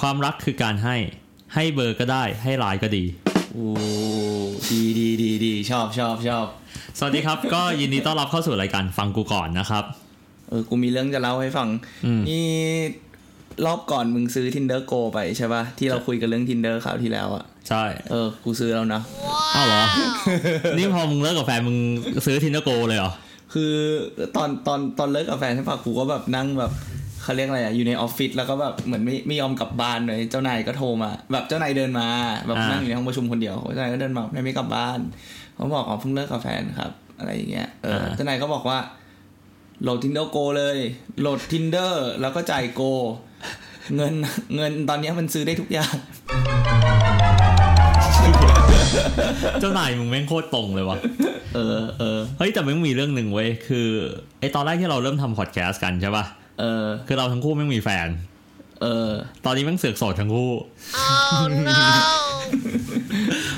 ความรักคือการให้ ให้เบอร์ก็ได้ ให้ไลน์ก็ดี โอ้ดีดีดีดีชอบชอบชอบ สวัสดีครับ ก็ยินดีต้อนรับเข้าสู่รายการฟังกูก่อนนะครับ เออกูมีเรื่องจะเล่าให้ฟัง อืม นี่รอบก่อนมึงซื้อ tinder go ไปใช่ป่ะ ที่เราคุยกันเรื่อง tinder คราวที่แล้วอะ ใช่ เออ กูซื้อแล้วนะ อ้าวเหรอ นี่พอมึงเลิกกับแฟนมึงซื้อทินเดอร์โกเลยเหรอ คือตอนตอนตอนเลิกกับแฟนใช่ปะกูก็แบบนั่งแบบเขาเรียกอะไรอะอยู่ในออฟฟิศแล้วก็แบบเหมือนไม่ไม่ยอมกลับบ้านเลยเจ้านายก็โทรมา แบบเจ้านายเดินมาแบบ อ่านั่ นั่งอยู่ในห้องประชุมคนเดียวเจ้านายก็เดินมาไม่ไม่กลับบ้านเขาบอกอ๋อเพิ่งเลิกกับแฟนครับ อะไรอย่างเงี้ยเออเจ้านายก็บอกว่าโหลด tinder go เลยโหลด tinder แล้วก็จ่าย go เงินเงินตอนเนี้ยมันซื้อได้ทุกอย่าง เจ้านายมึงแม่งโคตรตรงเลยวะ เออเออ เฮ้ยแต่แม่งมีเรื่องหนึ่งเว้ยคือไอตอนแรกที่เราเริ่มทำพอดแคสต์กันใช่ป่ะ เออ คือเราทั้งคู่ไม่มีแฟน เออ ตอนนี้แม่งเสือกโสดทั้งคู่ Oh no!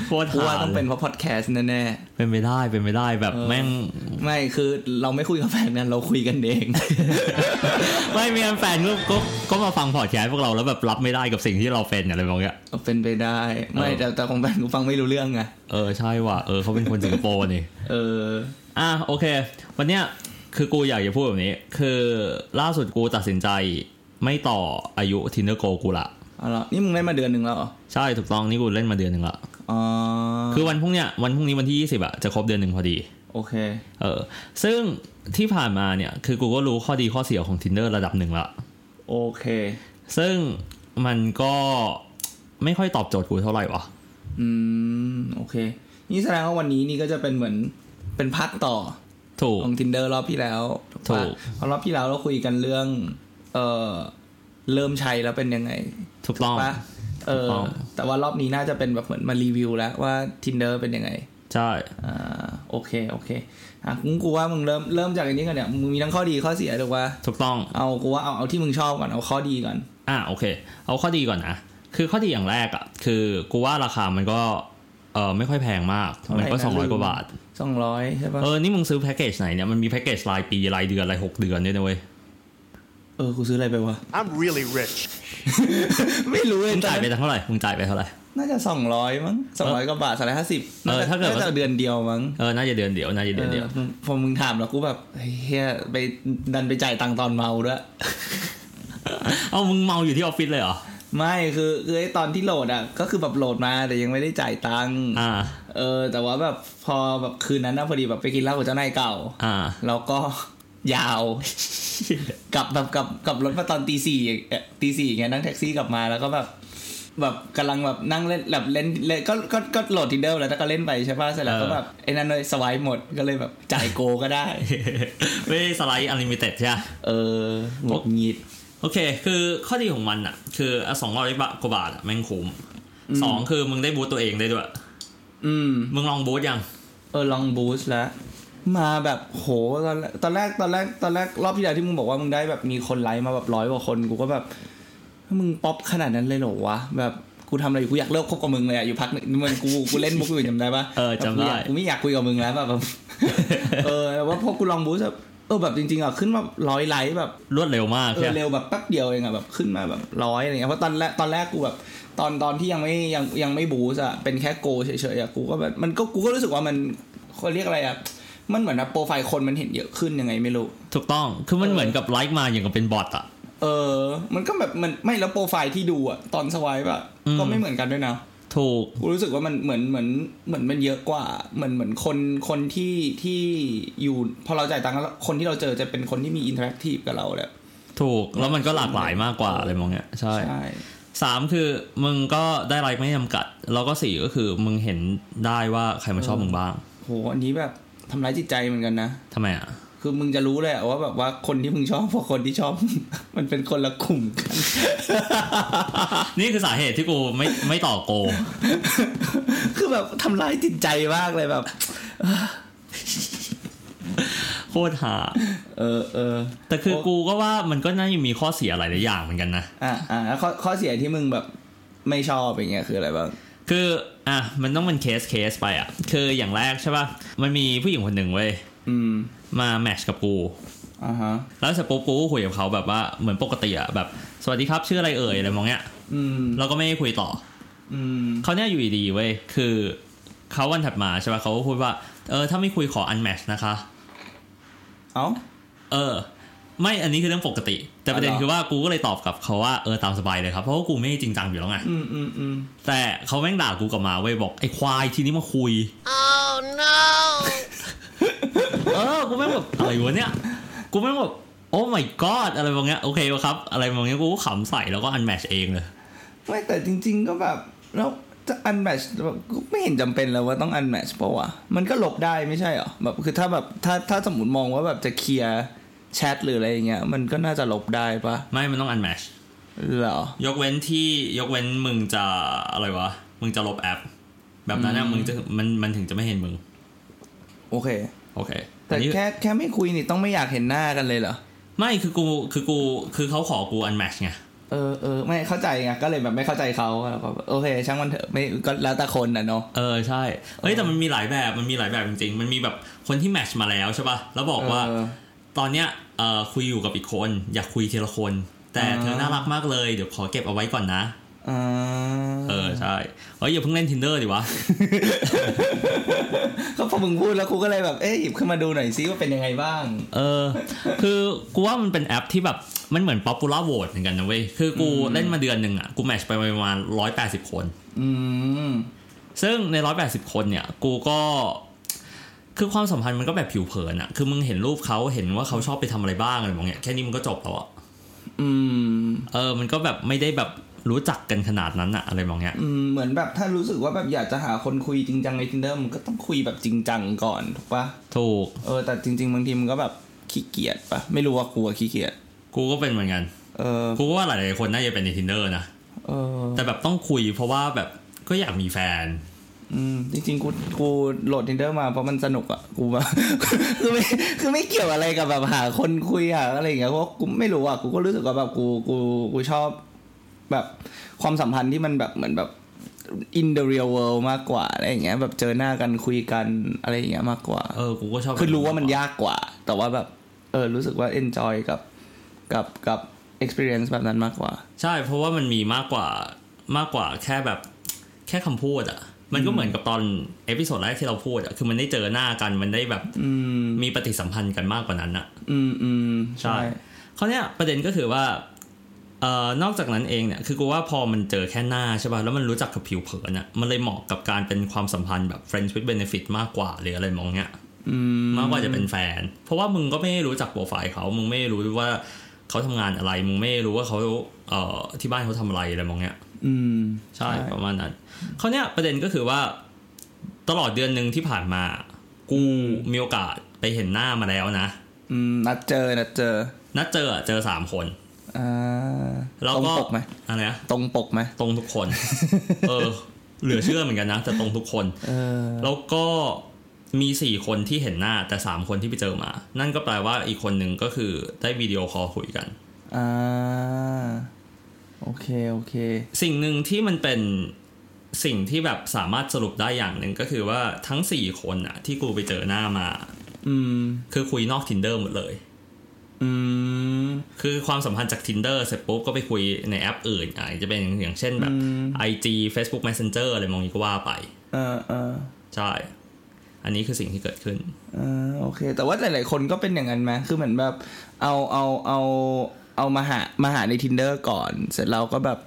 โคตร กูว่า หา ต้อง เล เป็น ย เพราะพอดแคสต์แน่ๆ เป็นไปได้เป็นไปได้แบบแม่ง ไม่คือเราไม่คุยกับแฟนกันเราคุยกันเอง ไม่มีแฟนก็ก็ก็มาฟังพอดแคสต์พวกเราแล้วแบบรับไม่ได้กับสิ่งที่เราเป็นอะไรแบบเนี้ย เป็นไปได้ ไม่ เออ แต่แต่ของแฟนกูฟังไม่รู้เรื่องไง เออใช่ว่ะเออเขาเป็นคนสิงคโปร์นี่ เออ อ่ะโอเค วันเนี้ยคือกูอยากจะพูดแบบนี้ คือล่าสุดกูตัดสินใจไม่ต่ออายุทินเดอร์โกกูละ เอาละนี่มึงได้มาเดือนหนึ่งแล้วเหรอ ใช่ถูกต้องนี่กูเล่นมาเดือนหนึ่งละ อ๋อ คือวันพรุ่งเนี้ยวันพรุ่งนี้วันที่ 20อะจะครบเดือนหนึ่งพอดี โอเค เออซึ่งที่ผ่านมาเนี่ยคือกูก็รู้ข้อดีข้อเสียของ Tinder ระดับหนึ่งละ โอเค ซึ่งมันก็ไม่ค่อยตอบโจทย์กูเท่าไหร่วะ อืม โอเค นี่แสดงว่าวันนี้นี่ก็จะเป็นเหมือนเป็นพักต่อ ถูก ของ tinder รอบที่แล้วถูก ถู ปะ ก เพราะรอบที่แล้วเราคุยกันเรื่อง เออเริ่มใช้แล้วเป็นยังไง ถูกต้อง ปะเออ ถูกต้อง แต่ว่ารอบนี้น่าจะเป็นแบบเหมือนมารีวิวแล้วว่า tinder เป็นยังไง ใช่ อ่าโอเคโอเคอ่ะกูกูว่ามึงเริ่มเริ่มจากอันนี้กันเนี่ยมึงมีทั้งข้อดีข้อเสียถูกปะ ถูกต้อง เอากูว่าเอาเอาที่มึงชอบก่อนเอาข้อดีก่อน อ่ะโอเค เอาข้อดีก่อนนะ คือข้อดีอย่างแรกอะคือกูว่าราคามันก็เออไม่ค่อยแพงมาก มันก็ 200 กว่าบาท สองร้อยใช่ปะ เออ นี่มึงซื้อแพ็กเกจไหนเนี่ย มันมีแพ็กเกจรายปี รายเดือน รายหกเดือนด้วยนะเว้ย เออกูซื้ออะไรไปวะ I'm really rich. ไม่รู้เลย มึงจ่ายไปเท่าไหร่ มึงจ่ายไปเท่าไหร่ น่าจะสองร้อยมั้งสองร้อยกว่าบาทสองร้อยห้าสิบ เออถ้าเกิดว่า จะเดือนเดียวมั้ง เออ น่าจะเดือนเดียว น่าจะเดือนเดียว ออพอมึงถามแล้วกูแบบเฮียไปดันไปจ่ายตังค์ตอนเมาด้วย เอามึงเมาอยู่ที่ออฟฟิศเลยเหรอ ไม่คือคือไอ้ตอนที่โหลดอ่ะก็คือแบบโหลดมาแต่ยังไม่ได้จ่ายตังค์ อ่า เออ แต่ว่าแบบพอแบบคืนนั้นนะพอดีแบบไปกินเหล้ากับเจ้านายเก่า อ่า แล้วก็ ยาว กลับแบบกลับกลับรถมาตอนตีสี่เอ่อตีสี่อย่างเงี้ยนั่งแท็กซี่กลับมาแล้วก็แบบ แบบกำลังแบบนั่งเล่นแบบเล่นเล่นก็ก็ก็โหลดทินเดอร์แล้วแต่ก็เล่นไปใช่ป่ะเสร็จแล้วก็ เออ แบบไอ้นั่นเลยสวายหมดก็เลยแบบจ่ายโกก็ได้ ไม่ได้สไลด์อ n l ลิมิเต็ดใช่ปะ เออหงดหงิด โอเค คือข้อดีของมันอ่ะ คือสองร้อยกว่าบาทอะแม่งคุ้ม อืม สองคือมึงได้บูตตัวเองได้ด้วย อืม มึงลองบูตยัง เออลองบูสต์แล้ว มาแบบโหตอนแรกตอนแรกตอนแรกตอนแรกรอบที่แล้วที่มึงบอกว่ามึงได้แบบมีคนไลค์มาแบบร้อยกว่าคนกูก็แบบมึงป๊อปขนาดนั้นเลยเหรอวะแบบกูทำอะไรอยู่กูอยากเลิกคบกับมึงเลยอะอยู่พักหนึ่งเหมือนกูกูเล่นมุกอยู่จำได้ปะ เออจำได้ แบบกูอยากกูไม่อยากคุยกับมึงแล้วแบบ เออแต่ว่าพอกูลองบูสต์แบบเออแบบจริงๆอะขึ้นมาร้อยไลค์แบบ รวดเร็วมาก เอ ใช่ อ ปะ เร็วแบบแป๊บเดียวเองอะแบบขึ้นมาแบบร้อยอะไรเงี้ยเพราะตอนแรกตอนแรกกูแบบตอนตอนที่ยังไม่ยังยังไม่บูสอะเป็นแค่โกเฉยๆอะกูก็แบบมันก็กูก็รู้สึกว่ามันเขาเรียกอะไรอะมันเหมือนแบบโปรไฟล์คนมันเห็นเยอะขึ้นยังไงไม่รู้ ถูกต้อง คือมัน เออ เหมือนกับไลค์มาอย่างกับเป็นบอทอะ เออ มันก็แบบมันไม่แล้วโปรไฟล์ที่ดูอะตอนสวายแบบ อืม ก็ไม่เหมือนกันด้วยนะ ถูก กูรู้สึกว่ามันเหมือนเหมือนเหมือนมันเยอะกว่าเหมือนเหมือนคนคนที่ที่อยู่พอเราจ่ายตังค์แล้วคนที่เราเจอจะเป็นคนที่มีอินเทอร์แอคทีฟกับเราแหละ ถูก แล้วมันก็หลากหลายมากกว่าอะไรมองเนี้ย ใช่ ใช่ สามคือมึงก็ได้ไลค์ไม่จำกัด แล้วก็สี่ก็คือมึงเห็นได้ว่าใครมาชอบ เออ มึงบ้าง โหอันนี้แบบทำร้ายจิตใจเหมือนกันนะ ทำไมอ่ะ คือมึงจะรู้เลยอะว่าแบบว่าคนที่มึงชอบกับคนที่ชอบ มันเป็นคนละกลุ่มกัน นี่คือสาเหตุที่กูไม่ไม่ต่อโก คือแบบทำร้ายจิตใจมากเลยแบบ โคตรหา เออเออ แต่คือกูก็ว่ามันก็น่าจะมีข้อเสียหลายๆอย่างเหมือนกันนะ อ่ะอ่ะแล้วข้อข้อเสียที่มึงแบบไม่ชอบอย่างเงี้ยคืออะไรบ้าง คืออ่ะมันต้องเป็นเคสเคสไปอ่ะ คืออย่างแรกใช่ป่ะ มันมีผู้หญิงคนหนึ่งเว้ย อืม มาแมทชกับกู อ่าฮะ แล้วเสร็จปุ๊บกูก็คุยกับเขาแบบว่าเหมือนปกติอ่ะแบบ สวัสดีครับชื่ออะไรเอ่ยอะไรมองเนี้ย อืม แล้วก็ไม่ได้คุยต่อ อืม เขาเนี่ยอยู่ดีๆเว้ย คือเขาวันถัดมาใช่ป่ะเขาก็พูดว่า เออ ถ้าไม่คุยขออันแมชนะคะ เอ้า เออ ไม่ อันนี้คือเรื่องปกติ แต่ประเด็น อ๋อเหรอ คือว่ากูก็เลยตอบกลับเขาว่า เออ ตามสบายเลยครับ เพราะว่ากูไม่ได้จริงจังอยู่แล้วไง อืมอืมอืม แต่เขาแม่งด่ากูกลับมาเว้ยบอกไอ้ควายทีนี้มาคุย Oh no! เออ กูแม่งแบบอะไรวะเนี่ย กูแม่งแบบโอ้ my god อะไรแบบเนี้ย โอเคครับ อะไรแบบเนี้ยกูก็ขำใส่แล้วก็อันแมชเองเลย ไม่แต่จริง ๆ ก็แบบแล้วจะอันแมชแบบก็ไม่เห็นจำเป็นเลยว่าต้องอันแมชปะวะมันก็หลบได้ไม่ใช่เหรอแบบคือถ้าแบบถ้าถ้าสมมติมองว่าแบบจะเคลียร์แชทหรืออะไรอย่างเงี้ยมันก็น่าจะหลบได้ปะ ไม่ มันต้องอันแมช เหรอ ยกเว้นที่ยกเว้นมึงจะอะไรวะ มึงจะลบแอป แบบนั้นนะ อืม มึงจะมันมันถึงจะไม่เห็นมึง โอเค โอเค แต่ อันนี้ แค่แค่ไม่คุยนี่ต้องไม่อยากเห็นหน้ากันเลยเหรอ ไม่คือกูคือกูคือเขาขอกูอันแมชไง เออเออไม่เข้าใจไงก็เลยแบบไม่เข้าใจเขาแล้วก็โอเค ช่างมันเถอะไม่ก็แล้วแต่คนน่ะเนาะ เออใช่เฮ้ยแต่มันมีหลายแบบมันมีหลายแบบจริงๆ มันมีแบบคนที่แมชมาแล้วใช่ป่ะแล้วบอกว่า เออ ตอนเนี้ยเอ่อคุยอยู่กับอีกคน อยากคุยทีละคน แต่ อ่า เธอน่ารักมากเลยเดี๋ยวขอเก็บเอาไว้ก่อนนะ อ่า เออใช่เฮ้ยอย่าเพิ่งเล่น tinder ดิวะ ก็พอมึงพูดแล้วกูก็เลยแบบเอ๊ะหยิบขึ้นมาดูหน่อยซิว่าเป็นยังไงบ้าง เออ คือกูว่ามันเป็นแอปที่แบบมันเหมือน popular vote เหมือนกันนะเว้ย คือกูเล่นมาเดือนหนึ่งอ่ะ กูแมทชไปประมาณร้อยแปดสิบคน อืม ซึ่งในร้อยแปดสิบคนเนี่ย กูก็ คือความสัมพันธ์มันก็แบบผิวเผินอ่ะ คือมึงเห็นรูปเขาเห็นว่าเขาชอบไปทำอะไรบ้างอะไรแบบเนี้ยแค่นี้มันก็จบแล้วอ่ะ อืม เออ มันก็แบบไม่ได้แบบรู้จักกันขนาดนั้นอ่ะอะไรแบบเนี้ย อืมเหมือนแบบถ้ารู้สึกว่าแบบอยากจะหาคนคุยจริงจังใน tinder มันก็ต้องคุยแบบจริงจังก่อนถูกปะ ถูก เออแต่จริง ๆ บางทีมันก็แบบขี้เกียจปะไม่รู้ว่ากลัวขี้เกียจ กูก็เป็นเหมือนกัน เออ กูก็ว่าหลายๆคนน่าจะเป็นใน tinder นะ เออ แต่แบบต้องคุยเพราะว่าแบบก็อยากมีแฟน อืมจริงๆกูกูโหลด tinder มาเพราะ มันสนุกอ่ะกูแบบ คือไม่คือไม่เกี่ยวอะไรกับแบบหาคนคุยหาอะไรอย่างเงี้ยเพราะกูไม่รู้อ่ะกูก็รู้สึกว่าแบบกูกูกูชอบแบบความสัมพันธ์ที่มันแบบเหมือนแบบ in the real world มากกว่าอะไรอย่างเงี้ย แบบเจอหน้ากันคุยกันอะไรอย่างเงี้ยมากกว่า เออ กูก็ชอบ คือรู้ว่ามันยากกว่า แต่ว่าแบบเออรู้สึกว่า enjoy กับกับกับ experience แบบนั้นมากกว่า ใช่เพราะว่ามันมีมากกว่ามากกว่าแค่แบบแค่คำพูดอะ่ะ มันก็เหมือนกับตอนเอพิโซดแรกที่เราพูดอะ่ะคือมันได้เจอหน้ากันมันได้แบบ อืม มีปฏิสัมพันธ์กันมากกว่านั้นอะ่ะ อืมอืม ใช่เขาวเนี้ยประเด็นก็คือว่าเอ่อนอกจากนั้นเองเนี่ยคือกูว่าพอมันเจอแค่หน้าใช่ป่ะแล้วมันรู้จักกับผิวเผินอะ่ะมันเลยเหมาะกับการเป็นความสัมพันธ์แบบ friends with benefit มากกว่าหรืออะไรมองเนี้ย อืม มากกว่าจะเป็นแฟน เพราะว่ามึงก็ไม่ได้รู้จักโปรไฟล์เขามึงไม่ได้รู้ว่าเขาทำงานอะไร มึงไม่ได้รู้ว่าเขาเอ่อที่บ้านเขาทำอะไรอะไรมองเนี้ย อืม ใช่ ใช่ ประมาณนั้นเขาวเนี่ยประเด็นก็คือว่าตลอดเดือนหนึ่งที่ผ่านมา กูมีโอกาสไปเห็นหน้ามาแล้วนะ อืมนัดเจอ นัดเจอ นัดเจอเจอสามคน อ่า แล้ว ตรง ก็ ปกไหม อะไรนะ ตรงปกไหม ตรงทุกคน เออ เหลือเชื่อเหมือนกันนะแต่ตรงทุกคน เออ แล้วก็มีสี่คนที่เห็นหน้าแต่สามคนที่ไปเจอมา นั่นก็แปลว่าอีกคนหนึ่งก็คือได้วิดีโอคอลคุยกัน อ่า โอเค โอเค สิ่งหนึ่งที่มันเป็นสิ่งที่แบบสามารถสรุปได้อย่างหนึ่งก็คือว่าทั้งสี่คนอะที่กูไปเจอหน้ามา อืม คือคุยนอก tinder หมดเลย อืม คือความสัมพันธ์จาก tinder เสร็จปุ๊บก็ไปคุยในแอปอื่นอ่ะจะเป็นอย่างเช่นแบบ อืม IG Facebook Messenger อะไรมองนี้ก็ว่าไป เออเออ ใช่ อันนี้คือสิ่งที่เกิดขึ้น เออโอเค แต่ว่าหลายๆคนก็เป็นอย่างนั้นไหมคือเหมือนแบบ เอา เอา เอา เอามาหา มาหาใน tinder ก่อน เสร็จแล้วก็แบบ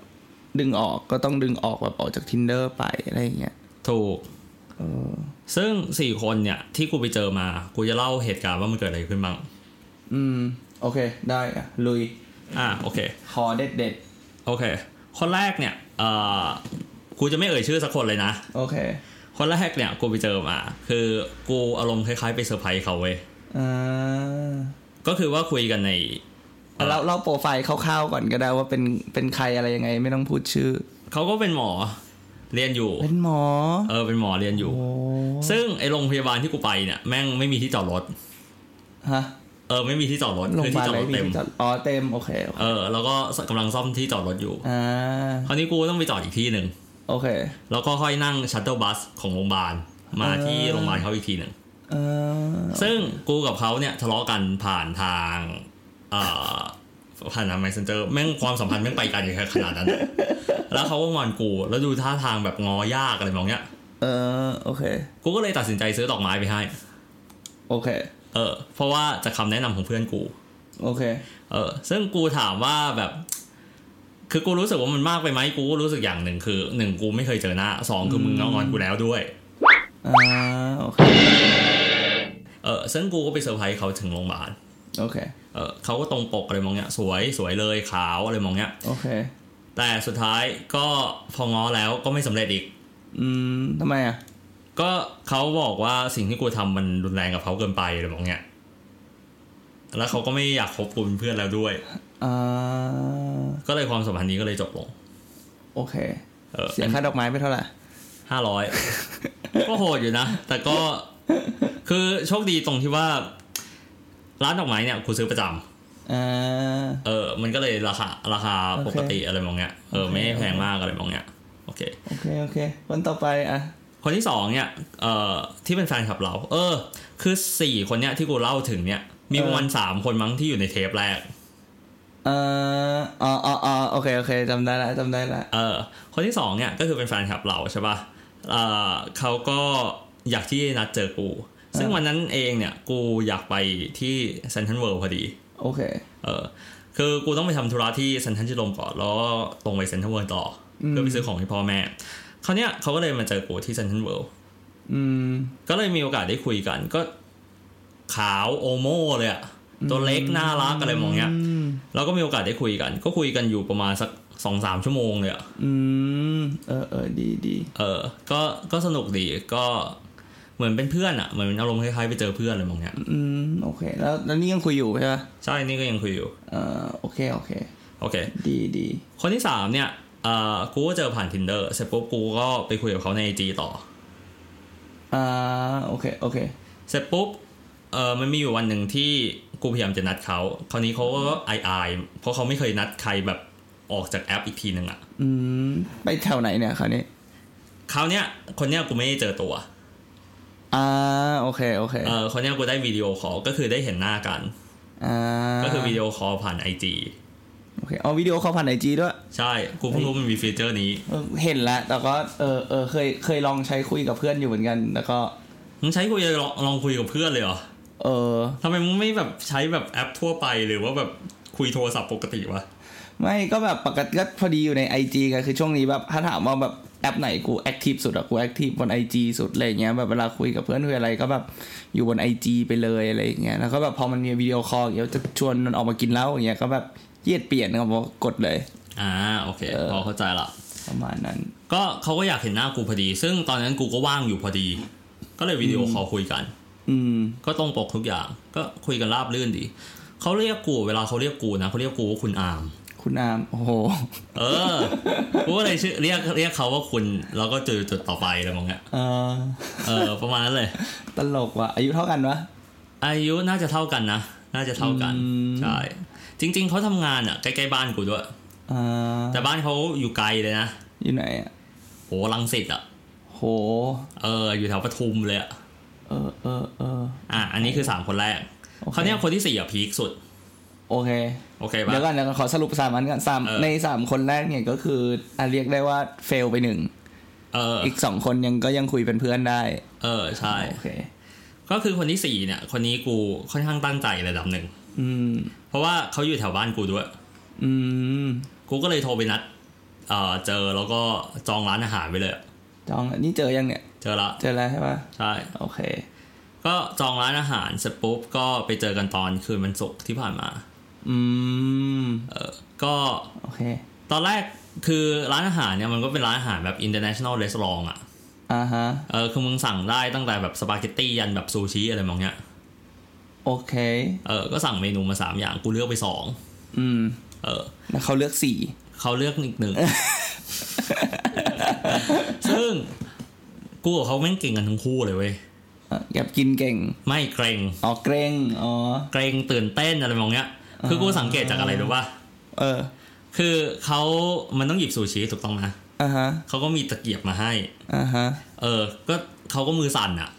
ดึงออก ก็ต้องดึงออกแบบออกจาก tinder ไปอะไรอย่างเงี้ย ถูก เออ ซึ่ง 4 คนเนี่ย ที่กูไปเจอมา กูจะเล่าเหตุการณ์ว่ามันเกิดอะไรขึ้นบ้าง อืม โอเค ได้อะลุย อ่ะโอเค ขอเด็ดเด็ด โอเค คนแรกเนี่ยเอ่อกูจะไม่เอ่ยชื่อสักคนเลยนะ ๆโอเค คนแรกเนี่ยกูไปเจอมา คือกูอารมณ์คล้ายๆ ไปเซอร์ไพรส์เขาเว้ย อ่า ก็คือว่าคุยกันใน เราเล่าเล่าโปรไฟล์คร่าวๆก่อนก็ได้ว่าเป็นเป็นใครอะไรยังไง ไม่ต้องพูดชื่อ เขาก็เป็นหมอเรียนอยู่ เป็นหมอ เออเป็นหมอเรียนอยู่ โอ้ ซึ่งไอโรงพยาบาลที่กูไปเนี่ยแม่งไม่มีที่จอดรถ ฮะ เออไม่มีที่จอดรถ โรงพ คื ยาบา ที่จลอดรอะไรถ มี เต็ม ที่จอดอ๋อเต็มโอเคโอเค เออแล้วก็กำลังซ่อมที่จอดรถอยู่ อ่า คราวนี้กูต้องไปจอดอีกที่หนึ่ง โอเค แล้วก็ค่อยนั่งชัตเตอร์บัสของโรงพยาบาลมา อ่า ที่โรงพยาบาลเขาอีกทีหนึ่ง เออ ซึ่งกูกับเขาเนี่ยทะเลาะกันผ่านทางเอ่อผ่านทาง messenger แม่งความสัมพันธ์แม่งไปไกันอย่างขนาดนั้น แล้วเขาก็งอนกูแล้วดูท่าทางแบบงอยากอะไรแบบเนี้ย เออโอเค กูก็เลยตัดสินใจซื้อดอกไม้ไปให้ โอเค เออ เพราะว่าจากคำแนะนำของเพื่อนกู โอเค เออ ซึ่งกูถามว่าแบบ คือกูรู้สึกว่ามันมากไปไหมกูก็รู้สึกอย่างหนึ่งคือหนึ่งกูไม่เคยเจอหน้าสองคือมึงงอนกูแล้วด้วย อ่าโอเค เออซึ่งกูก็ไปเซอร์ไพรส์เขาถึงโรงพยาบาล โอเค เออเขาก็ตรงปกอะไรมองเนี้ย สวยสวยเลยขาวอะไรมองเนี้ย โอเค แต่สุดท้ายก็พอง้อแล้วก็ไม่สำเร็จอีก อืมทำไมอ่ะ ก็เขาบอกว่าสิ่งที่กูทำมันรุนแรงกับเขาเกินไปอะไรมองเนี้ย แล้วเขาก็ไม่อยากคบกูเป็นเพื่อนแล้วด้วย อ่า ก็เลยความสัมพันธ์นี้ก็เลยจบลง โอเค เออ เสียค่าดอกไม้ไปเท่าไหร่ ห้าร้อยก็โหดอยู่นะ แต่ก็คือโชคดีตรงที่ว่า ร้านดอกไม้เนี่ยกูซื้อประจำ อ่า เออ มันก็เลยราคาราคาปกติอะไรมองเนี้ย เออ ไม่ได้แพงมากอะไรมองเนี้ย โอเค โอเค โอเค คนต่อไปอ่ะ คนที่สองเนี่ย เอ่อ ที่เป็นแฟนคลับเรา เออ คือสี่คนเนี่ยที่กูเล่าถึงเนี่ย มีประมาณสามคนมั้งที่อยู่ในเทปแรก เอ่ออ๋ออ๋ออ๋อโอเค โอเคจำได้ละจำได้ละ เออ คนที่สองเนี่ยก็คือเป็นแฟนคลับเราใช่ป่ะ เออเขาก็อยากที่นัดเจอกู ซึ่งวันนั้นเองเนี่ยกูอยากไปที่เซนทันเวิลด์พอดี โอเค เออ คือกูต้องไปทำธุระที่เซนทันชิลมก่อน แล้วก็ตรงไปเซนทันเวิลด์ต่ออเพื่อไปซื้อของให้พ่อแม่ เขาวเนี่ยเขาก็เลยมาเจอกูที่เซนทันเวิลด์ อืม ก็เลยมีโอกาสได้คุยกันก็ ขาวโอโม่เลยอะตัวเล็กน่ารักอะไรมองเงี้ย อืม เราก็มีโอกาสได้คุยกัน ก็คุยกันอยู่ประมาณสักสองสามชั่วโมงเลยอะ อืม เออเออดีดี เออ ก็ก็สนุกดีก็เหมือนเป็นเพื่อนอะเหมือนอารมณ์คล้ายๆไปเจอเพื่อนอะไรมองเงี้ย อืม โอเค แล้ว แล้วนี่ยังคุยอยู่ใช่ปะ ใช่นี่ก็ยังคุยอยู่ เออโอเค โอเค โอเค ดีดี คนที่สามเนี่ยเอ่อกูก็เจอผ่าน tinder เสร็จปุ๊บกูก็ไปคุยกับเขาในไอจีต่อ อ่า โอเค โอเค เสร็จปุ๊บเออมันมีอยู่วันหนึ่งที่กูพยายามจะนัดเขา คราวนี้เขาก็อายอายๆเพราะเขาไม่เคยนัดใครแบบออกจากแอปอีกทีหนึ่งอะ อืม ไปแถวไหนเนี่ยคราวนี้ คราวเนี้ยคนเนี้ยกูไม่ได้เจอตัว อ่า โอเค โอเค เออคนเนี้ยกูได้วิดีโอคอลก็คือได้เห็นหน้ากัน อ่า ก็คือวิดีโอคอลผ่านไอจี โอเค เอาวิดีโอเขาผ่านไอจีด้วย ใช่กูเพิ่งรู้มันมีฟีเจอร์นี้ เออเห็นแล้ว แต่ก็ เออเออเคย เคยลองใช้คุยกับเพื่อนอยู่เหมือนกัน แล้วก็ มึงใช้กูจะลองลองคุยกับเพื่อนเลยเหรอ เออ ทำไมมึงไม่แบบใช้แบบแอปทั่วไปหรือว่าแบบคุยโทรศัพท์ปกติวะ ไม่ก็แบบปกติก็พอดีอยู่ใน IG กันคือช่วงนี้แบบถ้าถามว่าแบบแอปไหนกูแอคทีฟสุดอะกูแอคทีฟบน IG สุดอะไรเงี้ยแบบเวลาคุยกับเพื่อนคุยอะไรก็แบบอยู่บน IG ไปเลยอะไรอย่างเงี้ยแล้วก็แบบพอมันมีวิดีโอคอลเดี๋ยวจะชวนมันออกมากินเหล้าอย่างเงี้ยก็แบบเหยียดเปลี่ยนก็บอกกดเลย อ่าโอเค เออ พอเข้าใจละ ประมาณนั้น ก็เขาก็อยากเห็นหน้ากูพอดี ซึ่งตอนนั้นกูก็ว่างอยู่พอดี ก็เลยวิดีโอคอลคุยกัน อืม ก็ตรงปกทุกอย่าง ก็คุยกันราบรื่นดี เขาเรียกกู เวลาเขาเรียกกูนะเขาเรียกกูว่าคุณอาม คุณอามโอ้โห เออ กูก็เลยชื่อเรียกเรียกเขาว่าคุณ แล้วก็จุดจุดต่อไปอะไรมองเงี้ย เออ เออ ประมาณนั้นเลย ตลกว่ะอายุเท่ากันวะ อายุน่าจะเท่ากันนะ น่าจะเท่ากัน อืม ใช่ จริง ๆ เขาทำงานอ่ะใกล้ๆบ้านกูด้วย อ่า แต่บ้านเขาอยู่ไกลเลยนะ อยู่ไหนอะ โหลังสิตอ่ะ โห เออ อยู่แถวปทุมเลยอ่ะ เออเออเออ อ่ะ อันนี้คือสามคนแรก โอเค เขาวเนี้ยคนที่สี่อ่ะพีคสุด โอเค โอเค เดี๋ยวก่ ปะ อนเดี๋ยวก่อนขอสรุปสามอันก่อนสาม เออ ในสามคนแรกเนี่ยก็คืออ่ะเรียกได้ว่าเฟลไปหนึ่ง เออ อีกสองคนยังก็ยังคุยเป็นเพื่อนได้ เออ ใช่ โอเค ก็คือคนที่สี่เนี่ย คนนี้กูค่อนข้างตั้งใจระดับหนึ่ง อืม เพราะว่าเขาอยู่แถวบ้านกูด้วย อืม กูก็เลยโทรไปนัดเอ่อเจอแล้วก็จองร้านอาหารไปเลยอะ จองนี่เจอยังเนี่ย เจอละ เจอแล้วใช่ปะ ใช่ โอเค ก็จองร้านอาหารเสร็จปุ๊บก็ไปเจอกันตอนคืนวันศุกร์ที่ผ่านมา อืม เออ ก็ โอเค ตอนแรกคือร้านอาหารเนี่ยมันก็เป็นร้านอาหารแบบ international restaurant อะ อ่าฮะ เออคือมึงสั่งได้ตั้งแต่แบบสปาเกตตี้ยันแบบซูชิอะไรมองเนี้ย โอเค เออ ก็สั่งเมนูมาสามอย่างกูเลือกไปสอง อืม เออ แล้วเขาเลือกสี่ เขาเลือกอีกหนึ่ง ซึ่งกูกับเขาแม่งเก่งกันทั้งคู่เลยเว้ย อ่ะแกบกินเก่ง ไม่เกรง อ๋อเกรงอ๋อ เกรงตื่นเต้นอะไรมองเนี้ย คือกูสังเกตจากอะไรรู้ป่ะ เออ คือเขามันต้องหยิบซูชิถูกต้องนะ อ่าฮะ เขาก็มีตะเกียบมาให้ อ่าฮะ เออ ก็เขาก็มือสั่นอ่ ะ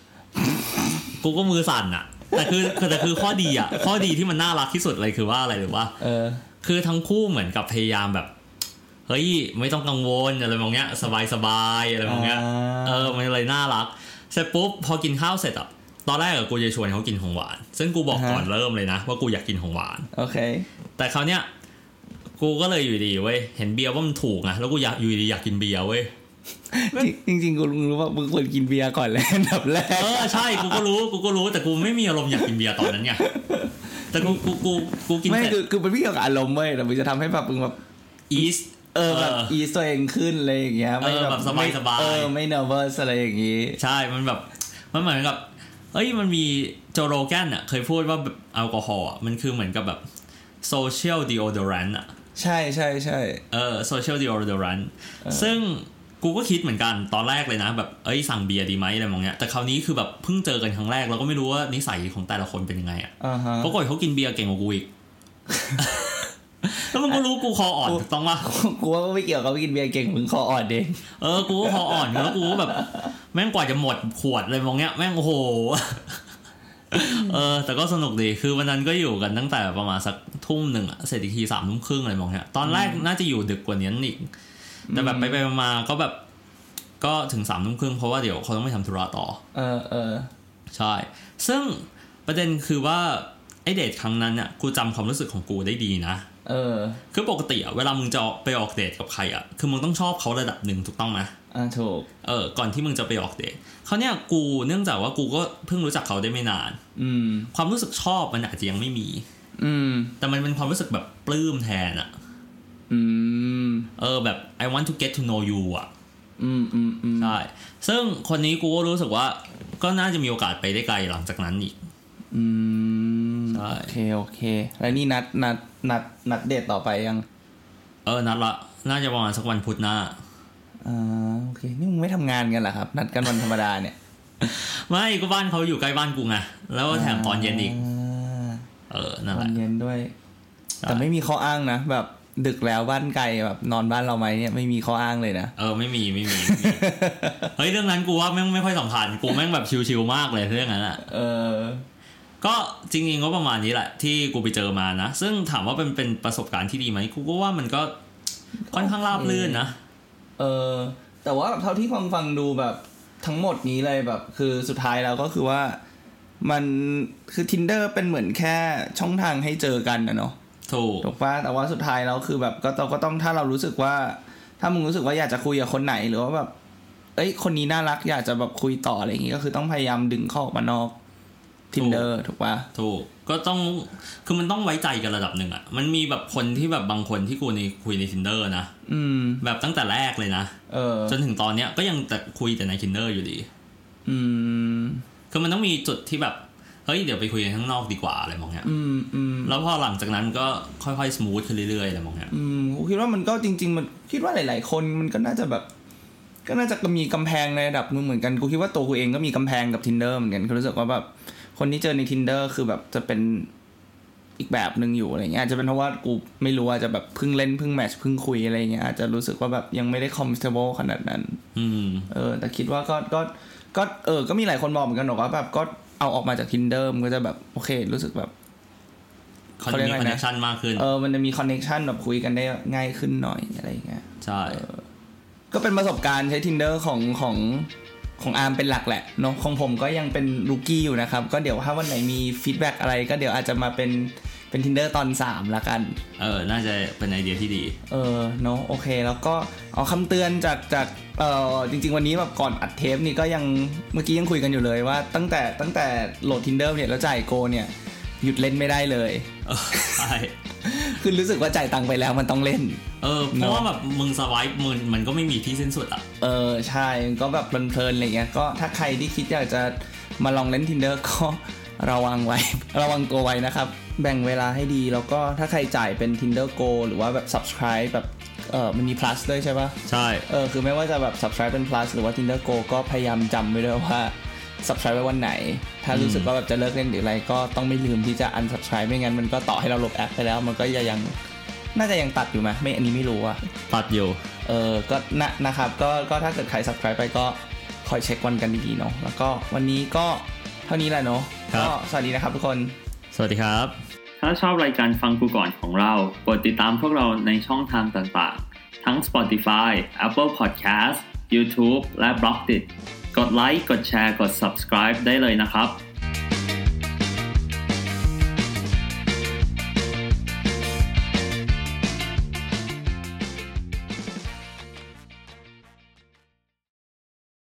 กูก็มือสั่นอ่ะ แต่คือแต่คือข้อดีอ่ะ ข้อดีที่มันน่ารักที่สุดเลยคือว่าอะไรหรือว่า เออ คือทั้งคู่เหมือนกับพยายามแบบ เ เฮ้ยไม่ต้องกังวลอะไรมองเงี้ยสบายสบายๆอะไรมองเงี้ย อ่า เออมันเลยน่ารัก เสร็จปุ๊บพอกินข้าวเสร็จอ่ะตอนแรกอะกูจะชวนเขากินของหวาน ซึ่งกูบอกก่อนเริ่มเลยนะ ว่ากูอยากกินของหวาน โอเค แต่คราวเนี้ยกูก็เลยอยู่ดีเว้ยเห็นเบียร์ว่ามันถูกอะแล้วกูอยากอยู่ดีอยากกินเบียร์เว้ย จริงจริงๆกูรู้ว่ามึงควรกินเบียร์ก่อนเลยอั นดับแรก เออใช่กูก็รู้กูก็รู้แต่กูไม่มีอารมณ์อยากกินเบียร์ตอนนั้นไงแต่กูกูกูกูกิน ไม่ เสร็จ คือคือมันไม่เกี่ยวกับอารมณ์เว้ยแต่มึงจะทำให้แบบมึงแบบ อีส เออแบบอีสตัวเองขึ้นอะไรอย่างเงี้ยไม่ เออแบบสบาย ไม่ สบาย เออไม่ nervous อะไรอย่างงี้ ใช่ มันแบบ มันเหมือนกับ เอ้ย มันมีโจโรแกนอ่ะ เคยพูดว่าแบบแอลกอฮอล์อะมันคือเหมือนกับแบบโซเชียลด o โอ o ด a n นอ่ะ ใช่ใช่ใช่ เออโซเชียลด o โอ o ด a n นซึ่งกูก็คิดเหมือนกันตอนแรกเลยนะ แบบ เอ้ย สั่งเบียร์ดีไหมอะไรมองเนี้ย แต่คราวนี้คือแบบเพิ่งเจอกันครั้งแรก เราก็ไม่รู้ว่านิสัยของแต่ละคนเป็นยังไงอ่ะ อ่าฮะ ปรากฏเขากินเบียร์เก่งกว่ากู อีก แล้วมันก็รู้กูคออ่อนถูกต้องปะ กูว่าไม่เกี่ยวกับกินเบียร์เก่งมึงคออ่อนเอง เออ กูก็พออ่อนแล้วกูก็แบบ แม่งกว่าจะหมดขวดเลยมองเงี้ย แม่งโอ้โห เออ แต่ก็สนุกดี คือวันนั้นก็อยู่กันตั้งแต่ประมาณสักทุ่มหนึ่งอะเสร็จอีกทีสามทุ่มครึ่งอะไรมองเงี้ย ตอนแรกน่าจะอยู่ดึกกว่านี้อีก แต่แบบไปไปมาๆก็แบบ ก็ถึงสามทุ่มครึ่งเพราะว่าเดี๋ยวเขาต้องไปทำธุระต่อ เออเออ ใช่ ซึ่งประเด็นคือว่าไอเดทครั้งนั้นเนี่ยกูจำความรู้สึกของกูได้ดีนะ เออ คือปกติอะเวลามึงจะออกไปออกเดทกับใครอะคือมึงต้องชอบเขาระดับหนึ่งถูกต้องไหม อ่ะถูก เออ ก่อนที่มึงจะไปออกเดทเขาวเนี่ยกูเนื่องจากว่ากูก็เพิ่งรู้จักเขาได้ไม่นาน อืม ความรู้สึกชอบมันอาจจะยังไม่มี อืม แต่มันเป็นความรู้สึกแบบปลื้มแทนอะ อืม เออแบบ I want to get to know you อะ อืมอืมอืม ใช่ ซึ่งคนนี้กูก็รู้สึกว่าก็น่าจะมีโอกาสไปได้ไกลหลังจากนั้นอีก อืม ใช่ โอเคโอเค แล้วนี่นัดนัดนัดนัดเดทต่อไปยัง เออ นัดละ น่าจะประมาณสักวันพุธหน้า อ่าโอเคนี่มึงไม่ทำงานกันเหรอครับ นัดกันวันธรรมดาเนี่ย ไม่ก็บ้านเขาอยู่ใกล้บ้านกูไง แล้วก็แถมตอนเย็นอีก า เออ นั่น ต แห อ ละ นเย็นด้วย แต่ไม่มีข้ออ้างนะแบบดึกแล้วบ้านไกลแบบนอนบ้านเราไหมเนี่ยไม่มีข้ออ้างเลยนะ เออ ไม่มีไม่มีไม่มี เฮ้ย เรื่องนั้นกูว่าแม่งไม่ค่อยสำคัญ กูแม่งแบบชิวๆมากเลยเรื่องนั้นอะ เออ ก็จริงๆก็ประมาณนี้แหละ ที่กูไปเจอมานะ ซึ่งถามว่าเป็นเป็นประสบการณ์ที่ดีไหมกูก็ว่ามันก็ค่อนข้างราบรื่นนะ เออแต่ว่าเท่าที่ฟังฟังดูแบบทั้งหมดนี้เลยแบบ คือสุดท้ายแล้วก็คือว่ามันคือ tinder เป็นเหมือนแค่ช่องทางให้เจอกันนะเนาะ ถูก ถูกปะแต่ว่าสุดท้ายแล้วคือแบบก็เราก็ต้องถ้าเรารู้สึกว่า ถ้ามึงรู้สึกว่าอยากจะคุยกับคนไหนหรือว่าแบบ เอ้ย คนนี้น่ารักอยากจะแบบคุยต่ออะไรอย่างงี้ก็คือต้องพยายามดึงเข้าออกมานอก tinder ถูกปะ ถูก ก็ต้อง คือมันต้องไว้ใจกันระดับหนึ่งอะมันมีแบบคนที่แบบบางคนที่กูในคุยใน tinder นะ อืม แบบตั้งแต่แรกเลยนะ เออ จนถึงตอนเนี้ยก็ยังแต่คุยแต่ใน tinder อยู่ดี อืม คือมันต้องมีจุดที่แบบ เฮ้ย เดี๋ยวไปคุยกันข้างนอกดีกว่าอะไรมองเนี้ย อืมอืม แล้วพอหลังจากนั้นก็ค่อยๆ สมูทขึ้นเรื่อยๆอะไรมองเนี้ย อืมผมคิดว่ามันก็จริง ๆ มันคิดว่าหลาย ๆ คนมันก็น่าจะแบบ ก็น่าจะมีกำแพงในระดับหนึงเหมือนกันกูคิดว่าตัวกูเองก็มีกำแพงกับ tinder เหมือนกันคือรู้สึกว่าแบบคนที่เจอใน tinder คือแบบจะเป็นอีกแบบหนึ่งอยู่อะไรเงี้ยอาจจะเป็นเพราะว่ากูไม่รู้อาจจะแบบเพิ่งเล่นเพิ่งแมทช์เพิ่งคุยอะไรเงี้ยอาจจะรู้สึกว่าแบบยังไม่ได้ comfortable ขนาดนั้น อืม เออแต่คิดว่าก็ก็ก็เออ ก็มีหลายคนบอกเหมือนกันบอกว่าแบบก็เอาออกมาจาก tinder มันก็จะแบบโอเค รู้สึกแบบ คอน เขาเรียก มี อะไรคนะอนเนคชั่นมากขึ้น เออมันจะมี connection แบบคุยกันได้ง่ายขึ้นหน่อยอะไรเงี้ย ใช่ ก็เป็นประสบการณ์ใช้ tinder ของของของอาร์มเป็นหลักแหละเนาะของผมก็ยังเป็นลูกี้อยู่นะครับ ก็เดี๋ยวถ้าวันไหนมีฟีดแบ็กอะไร ก็เดี๋ยวอาจจะมาเป็นเป็น tinder ตอน 3 ละกัน เออ น่าจะเป็นไอเดียที่ดี เออเนาะโอเค แล้วก็เอาคำเตือนจากจากเออจริง ๆ วันนี้แบบก่อนอัดเทปนี่ก็ยังเมื่อกี้ยังคุยกันอยู่เลยว่าตั้งแต่ตั้งแต่โหลด tinder เนี่ยแล้วจ่ายโกเนี่ยหยุดเล่นไม่ได้เลย เออใช่ คือรู้สึกว่าจ่ายตังค์ไปแล้วมันต้องเล่น เออเพราะว่าแบบมึงสวายมึงมันก็ไม่มีที่สิ้นสุดอ่ะ เออใช่มันก็แบบเพลินๆอะไรเงี้ยก็ถ้าใครที่คิดอยากจะมาลองเล่น tinder ก็ ระวังไว้ ระวังตัวไว้นะครับ แบ่งเวลาให้ดีแล้วก็ถ้าใครจ่ายเป็น tinder go หรือว่าแบบ subscribe แบบเออมันมี plus ด้วยใช่ปะ ใช่ เออคือไม่ว่าจะแบบ subscribe เป็น plus หรือว่า tinder go ก็พยายามจำไว้ด้วยว่า subscribe ไว้วันไหน ถ้ารู้สึกว่าแบบจะเลิกเล่นหรืออะไรก็ต้องไม่ลืมที่จะ unsubscribe ไม่งั้นมันก็ต่อให้เราลบแอปไปแล้ว มันก็ยังน่าจะยังตัดอยู่ไหมไม่อันนี้ไม่รู้อะ ตัดอยู่ เออ ก็นะนะครับ ก็ ก็ถ้าเกิดใคร subscribe ไปก็คอยเช็ควันกันดีๆเนาะ แล้วก็วันนี้ก็เท่านี้แหละเนาะ ครับ ก็สวัสดีนะครับทุกคน สวัสดีครับ ถ้าชอบรายการฟังกูก่อนของเรา กดติดตามพวกเราในช่องทางต่างๆ ทั้ง Spotify, Apple Podcast, YouTube และ b l o g d i t กดไลค์ กดแชร์ กด subscribe ได้เลยนะครับ